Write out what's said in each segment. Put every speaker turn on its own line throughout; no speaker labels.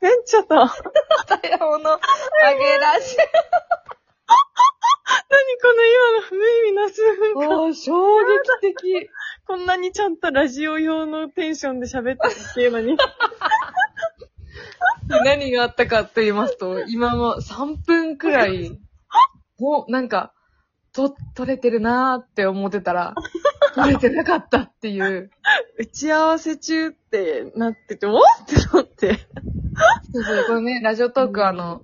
ベンチャーだ。何こ
平物あげらしい。
の今の無意味な数分間。
おー、衝撃的。
こんなにちゃんとラジオ用のテンションで喋ってるっていうのに。
何があったかと言いますと、今も3分くらい、もうなんか、と、取れてるなーって思ってたら、取れてなかったっていう。
打ち合わせ中ってなってて、おっってなって。
そうそう、これね、ラジオトークあの、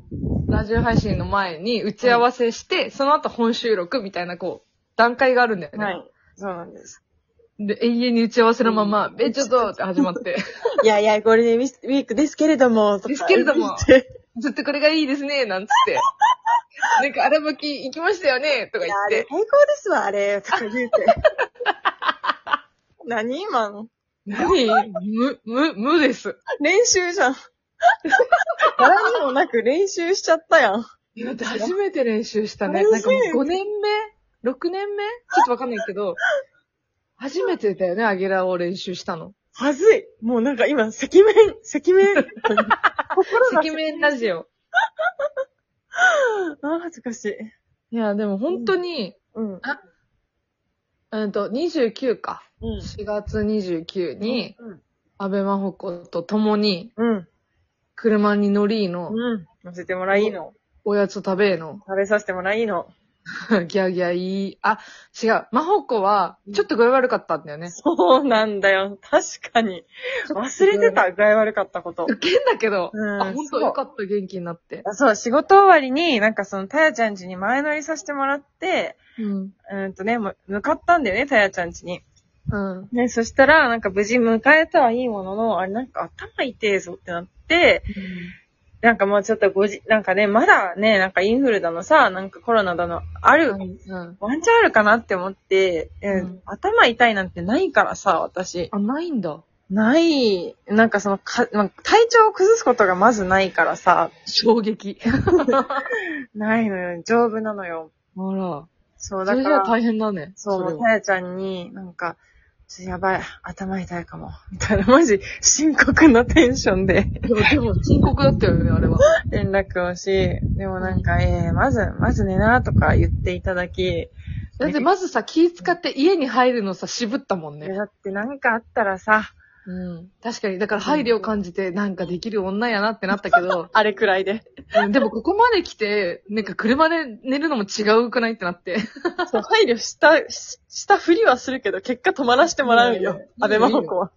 ラジオ配信の前に打ち合わせして、その後本収録みたいなこう、段階があるんだよね。
はい。そうなんです。
で、永遠に打ち合わせのまま、
うん
え、ちょっとって始まって、
いやいや、ゴールデンウィークですけれども、とか
ですけれども
言って
ずっとこれがいいですね、なんつ って。なんか、荒吹き行きましたよね、とか
いや
言っ
あれ
て。
最高ですわ、あれ、とか 言うて。何今の
何無、無、無です。
練習じゃん。誰にもなく練習しちゃったやん。
いや、だって初めて練習したね。
楽
なん
しい
かもう5年目 ?6 年目ちょっとわかんないけど、初めてだよね、アゲラを練習したの。
はずい。もうなんか今、赤面、赤面。 心が
赤面ラジオ。
あー、恥ずかしい。
いや、でも本当に、
うん。
うんと、29か。
うん。
4月29に、
うん。
安倍真帆子と共に、
うん。
車に乗りーの、
うん。乗せてもらいいの。
おやつ食べーの、
食べさせてもらいいの。
ギャーギャーいい。あ、違う。真帆子は、ちょっと具合悪かったんだよね。
そうなんだよ。確かに。忘れてた、具合悪かったこと。
ウケんだけど、
うん
あ、ほん
そ
と
う
よかった、元気になって。
あそう、仕事終わりに、なんかその、たやちゃん家に前乗りさせてもらって、
うん。
うーんとね、む向かったんだよね、たやちゃん家に。
うん。
ね、そしたら、なんか無事迎えたはいいものの、あれなんか頭痛えぞってなって、なんかもうちょっとごじ、なんかね、まだね、なんかインフルだのさ、なんかコロナだの、ある、
うん。
ワンチャンあるかなって思って、うん
うん
頭痛いなんてないからさ、私。
あ、ないんだ。
ない、なんかそのか、まあ体調を崩すことがまずないからさ、
衝撃。 あ
ないのよ、丈夫なのよ。
ら。
そう、
そ
だか
れじゃ
ら、
あ大変だね。
そう、も
れ
う
は
たやちゃんに、なんか、ちょっとやばい、頭痛いかも、みたいな、マジ、深刻なテンションで。
でも、でも深刻だった よね、あれは。
連絡をし、でもなんか、えー、まず、まず寝なとか言っていただき、
だってまずさ、気使って家に入るのさ、渋ったもん
いや
ね。
だってなんかあったらさ、
うん。確かに、だから配慮を感じて、なんかできる女やなってなったけ ど、
あれくらいで。
うんでもここまで来て、なんか車で寝るのも違うくないってなって。
そう、配慮した、ししたふりはするけど、結果止まらせてもらうんよ
いいよ。
安倍真帆子は。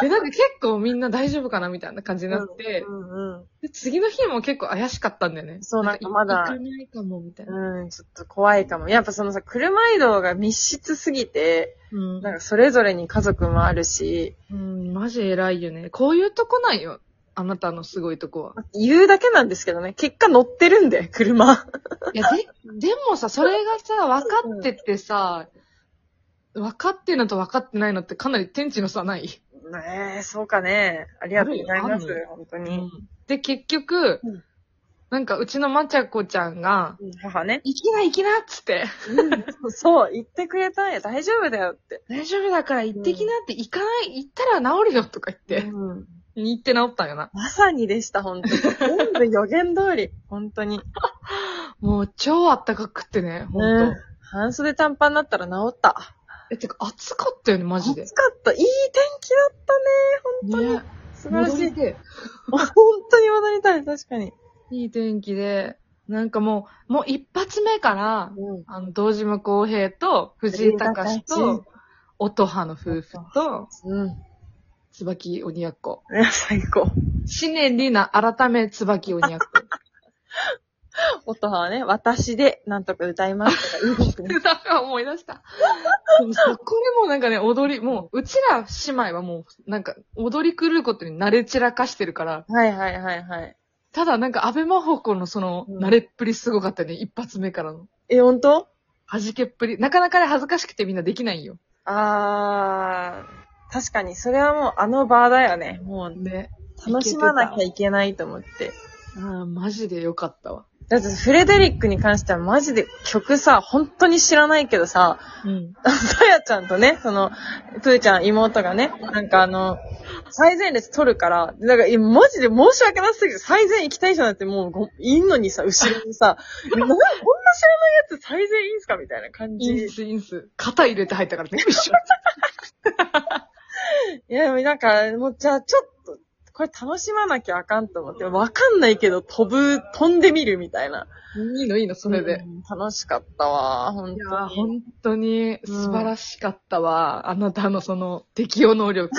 で、なんか結構みんな大丈夫かなみたいな感じになって、
うんうん。
で次の日も結構怪しかったんだよね。
そうなんかまだ
行けないかも、みたいな。
うん、ちょっと怖いかも。やっぱそのさ、車移動が密室すぎて、
うん
なんかそれぞれに家族もあるし、
うん、マジ偉いよね。こういうとこなんよ。あなたのすごいとこは。
言うだけなんですけどね、結果乗ってるんで、車。
いや、で、でもさ、それがさ、分かっててさ、分かってるのと分かってないのってかなり天地の差ない、
ねえ、そうかね。ありがとうございま
ある
す、本当
う
に。、
で、結局、
うん
なんかうちのまちゃこちゃんが、
うん母ね。
行きな行きなっつって、
そう、言ってくれたんや、大丈夫だよって。
大丈夫だから行ってきなって、行かない、行ったら治るよとか言って、
うん
行って治ったんよな。
まさにでした、本当に。全部予言通り、本当に。
もう超あったかくってね、ほん
ね
と。
半袖短パンだったら治った。
え、てか暑かったよね、マジで。
暑かった。いい天気だったね。本当に。
ね、
素晴らしい。
戻って
本当に戻りたい、確かに。
いい天気で、なんかもう、もう一発目から、
うん。
あの、堂島康平と、藤井隆と、音羽の夫婦と、
うん。
椿鬼奴。
いや、最高。
シネリナ改め椿鬼奴。
音羽はね、私でなんとか歌いますとか言うて くれる
なんか思い出した。でもそこでもうなんかね、踊り、もう、うちら姉妹はもう、なんか、踊り狂うことに慣れ散らかしてるから、
はいはいはいはい。
ただなんか、安倍真帆子のその、
うん
慣れっぷりすごかったね、一発目からの。
え、本当
弾けっぷり。なかなかね、恥ずかしくてみんなできないんよ。
あー、確かに、それはもうあの場だよね。もう、
ね。
楽しまなきゃいけないと思って。
ああ、マジでよかったわ。
だってフレデリックに関してはマジで曲さ、本当に知らないけどさ、
うん。
さやちゃんとね、その、プーちゃん妹がね、なんかあの、最前列取るから、なんか、いやマジで申し訳なすぎて、最前行きたい人なんてもうご、いんのにさ、後ろにさ、 なこんな知らないやつ最前いいんすかみたいな感
イン
じ。
ス、インス。肩入れて入ったから ね。一緒
いや、でもなんか、もうじゃあちょっと、これ楽しまなきゃあかんと思って、わかんないけど飛ぶ、飛んでみるみたいな。
いいのいいの、それで。
うん楽しかったわ、本
いや
当
ー、
に。
本当に素晴らしかったわ。あなたのその適応能力。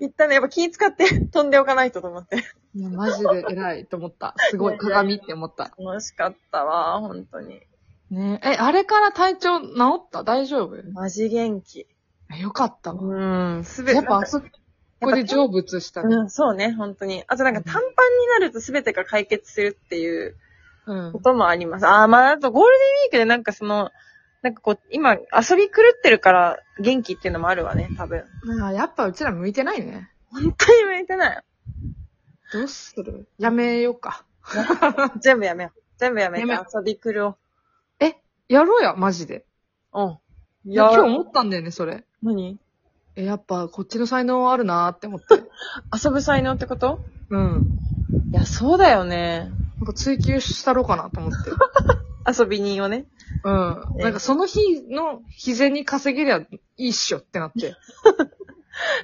行ったね、やっぱ気使って 飛んでおかないとと思って。
いやマジで偉いと思った。すごい鏡って思った。
楽しかったわ、本当に。
ねえ、あれから体調治った大丈夫
マジ元気。
よかったわ。
うん、すべて。
やっぱ
なん
あ
か
そこで成仏したね。
うん、そうね、本当に。あとなんか短パンになると全てが解決するっていう
うん
こ。ともあります。ああ、まああとゴールデンウィークでなんかその、なんかこう、今遊び狂ってるから元気っていうのもあるわね、多分。
あーやっぱうちら向いてないね。
本当に向いてない。
どうするやめようか。
全部やめよう。全部やめて
やめよ
遊び狂おう。
やろうや、マジで。
うん。
いや、今日
も
思ったんだよね、それ。
何
え、やっぱこっちの才能あるなーって思って。
遊ぶ才能ってこと
うん。
いや、そうだよね。
なんか追求したろうかなと思 って。
遊び人をね。
うん。なんかその日の日銭に稼げりゃいいっしょってなって。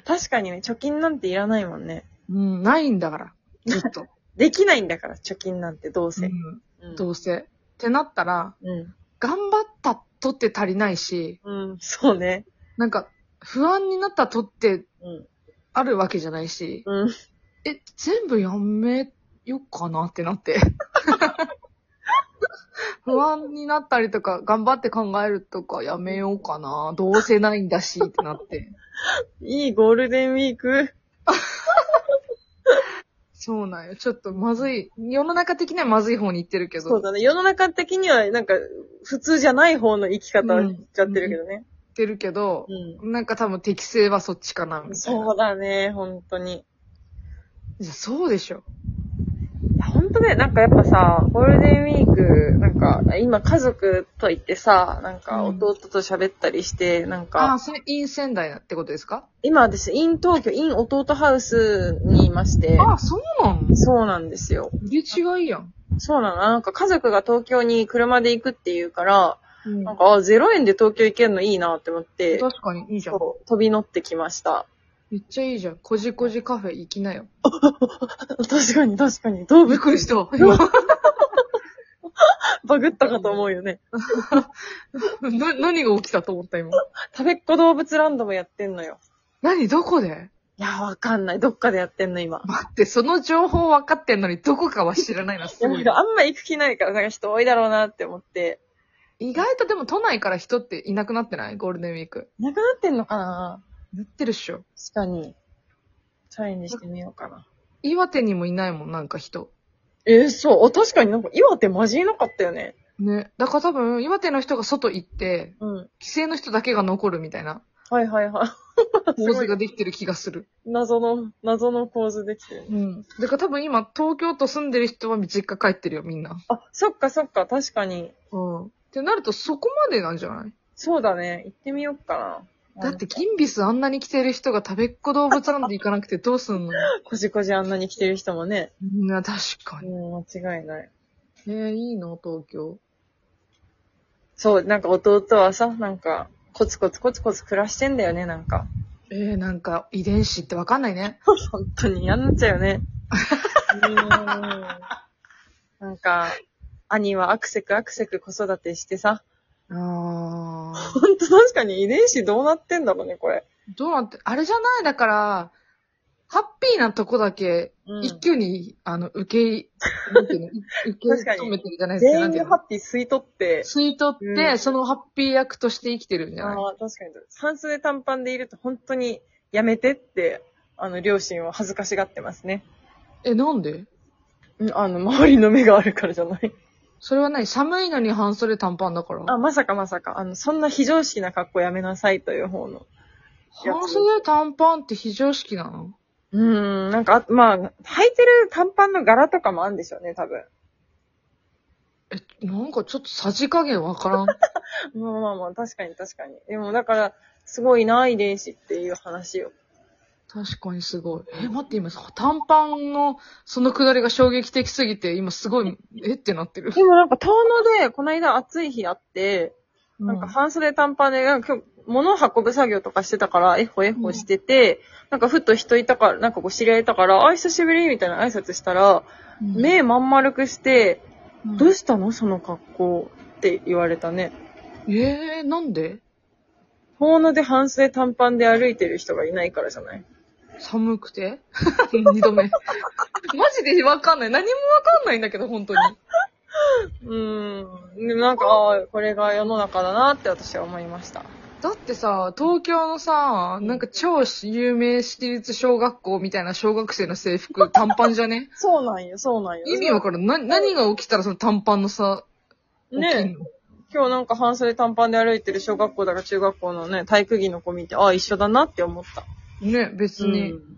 確かにね、貯金なんていらないもんね。
うん、ないんだから。ずっ と。
できないんだから、貯金なんてどう
う
せ。
ん、
うん
どうせ。ってなったら、
うん。
頑張ったとって足りないし、
うん。そうね。
なんか不安になったとって
うん。
あるわけじゃないし、
うん。
え、全部やめようかなって なって。不安になったりとか、頑張って考えるとかやめようかな。どうせないんだしってなって。
いいゴールデンウィーク。
そうなんよ。ちょっとまずい。世の中的にはまずい方に行ってるけど。
そうだね。世の中的には、なんか、普通じゃない方の生き方をしちゃってるけどね。
言ってるけど、
ん。
なんか多分適性はそっちかな、みたいな。
そうだね、本当に。
いやそうでしょ。
いや、本当ね、なんかやっぱさ、ゴールデンウィーク、なんか、今家族と行ってさ、なんか
うん
弟と喋ったりして、なん
あ
か、
あ、それ、陰仙台だってことですか
今私、イン東京、イン弟ハウスにいまして、
ああ、そうなん
そうなんですよ。
入れ違いやん。
そうなの。なんか家族が東京に車で行くっていうから、
うん
なんか、あ、0円で東京行けるのいいなって思って、
確かに、いいじゃん。
そう飛び乗ってきました。
めっちゃいいじゃん。こじこじカフェ行きなよ。
確かに確かに。動
びっ
物
くりした。
バグったかと思うよね。
な、何が起きたと思った今。
食べっ子動物ランドもやってんのよ。
何どこで
いや、わかんない。どっかでやってんの、今。
待って、その情報分かってんのにどこかは知らないな、す
いや
ごい。
あんま行く気ないから、なんか人多いだろうなって思って。
意外とでも都内から人っていなくなってないゴールデンウィーク。
なくなってんのかな
なってるっしょ。
確かに。チャレンジしてみようかな。
岩手にもいないもん、なんか人。
えーそう。あ、確かになんか岩手マジいなかったよね。
ね。だから多分、岩手の人が外行って、
うん。
帰省の人だけが残るみたいな
はいはいはい。 すご
構
い
図ができてる気がする。
謎の、謎の構図できてる。
うん。だから多分今、東京都住んでる人は実家帰ってるよ、みんな。
あ、そっかそっか、確かに。
うん。ってなると、そこまでなんじゃない
そうだね。行ってみようかな。
だって、、ギンビスあんなに来てる人が食べっ子動物なんて行かなくてどうすんの
こじこじあんなに来てる人もね。
いや、確かに。
うん、間違いない。
えー、いいの、東京。
そう、なんか弟はさ、なんか、コツコツコツコツ暮らしてんだよね、なんか。
えー、なんか、遺伝子ってわかんないね。
本当に嫌になっちゃうよ ね。うん。なんか、兄はアクセクアクセク子育てしてさ。
あー。
本当確かに遺伝子どうなってんだろうね、これ。
どうなって、あれじゃないだから、ハッピーなとこだけ、
うん
一挙に、あの、受けい、な んていうの、い受
確
け
かに
止めてるじゃないですか。
全員
なんてい
で
うの
ハッピー吸い取って。
吸い取って、
うん
そのハッピー役として生きてるんじゃない
ああ、確かに。半袖短パンでいると本当にやめてって、あの、両親は恥ずかしがってますね。
え、なんで
うんあの、周りの目があるからじゃない。
それは何寒いのに半袖短パンだから。
あ、まさかまさか。あの、そんな非常識な格好やめなさいという方の。
半袖短パンって非常識なの
うん、なんか、あまあ、履いてる短パンの柄とかもあるんでしょうね、多分。
え、なんかちょっとさじ加減わからん。
まあまあまあ、確かに確かに。でも、だから、すごいな、遺伝子っていう話よ。
確かにすごい。え、待って、今、短パンの、そのくだりが衝撃的すぎて、今すごい、えってなってる。
でもなんか、遠野で、この間暑い日あって、なんか
うん
半袖短パンで、なんか今日、物を運ぶ作業とかしてたから、えほえほしてて、なんかふっと人いたから、なんかこう知り合いいたから、あ、久しぶりみたいな挨拶したら、目まん丸くして、
うん
どうしたのその格好って言われたね。
えー、なんで
遠野で半袖短パンで歩いてる人がいないからじゃない
寒くて二 度目。マジでわかんない。何もわかんないんだけど、本当に。
うーん。でもなんか、ああ、これが世の中だなって私は思いました。
だってさ、東京のさ、なんか超有名私立小学校みたいな小学生の制服、短パンじゃね
そうなんよ、そうなんよ。
意味わからん。な、何が起きたらその短パンのさ、起きんの
ね今日なんか半袖短パンで歩いてる小学校だか中学校のね、体育着の子見て、ああ、一緒だなって思った。
ね、別に。
うん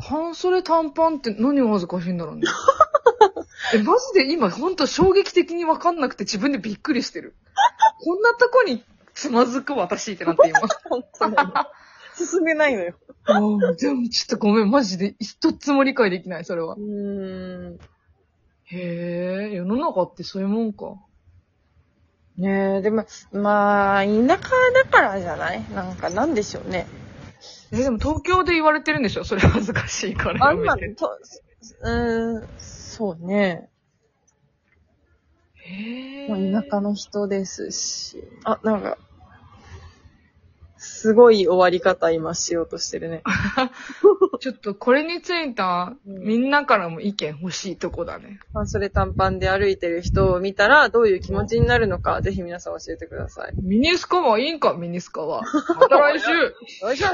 半袖短パンって何が恥ずかしいん だろうね。え、マジで今ほんと衝撃的にわかんなくて自分でびっくりしてる。こんなとこにつまずく私ってなって今。
本 当だよね進めないのよ。
ああ、でもちょっとごめん、マジで一つも理解できない、それは
う。ーん。
へえ、世の中ってそういうもんか。
ねえ、でも、まあ、田舎だからじゃないなんか、なんでしょうね。
え、でも東京で言われてるんでしょそれ恥ずかしいから。
あ
や
ん
め
な
て
の、と、うーん、そうね。
へえ。
まあ、田舎の人ですし。あ、なんか、すごい終わり方今しようとしてる ね。
ちょっとこれについた、
うん
みんなからも意見欲しいとこだね。
半袖短パンで歩いてる人を見たら、どういう気持ちになるのか、ぜひ皆さん教えてください。
ミニスカはいいんか、ミニスカは。また来週
よいしょ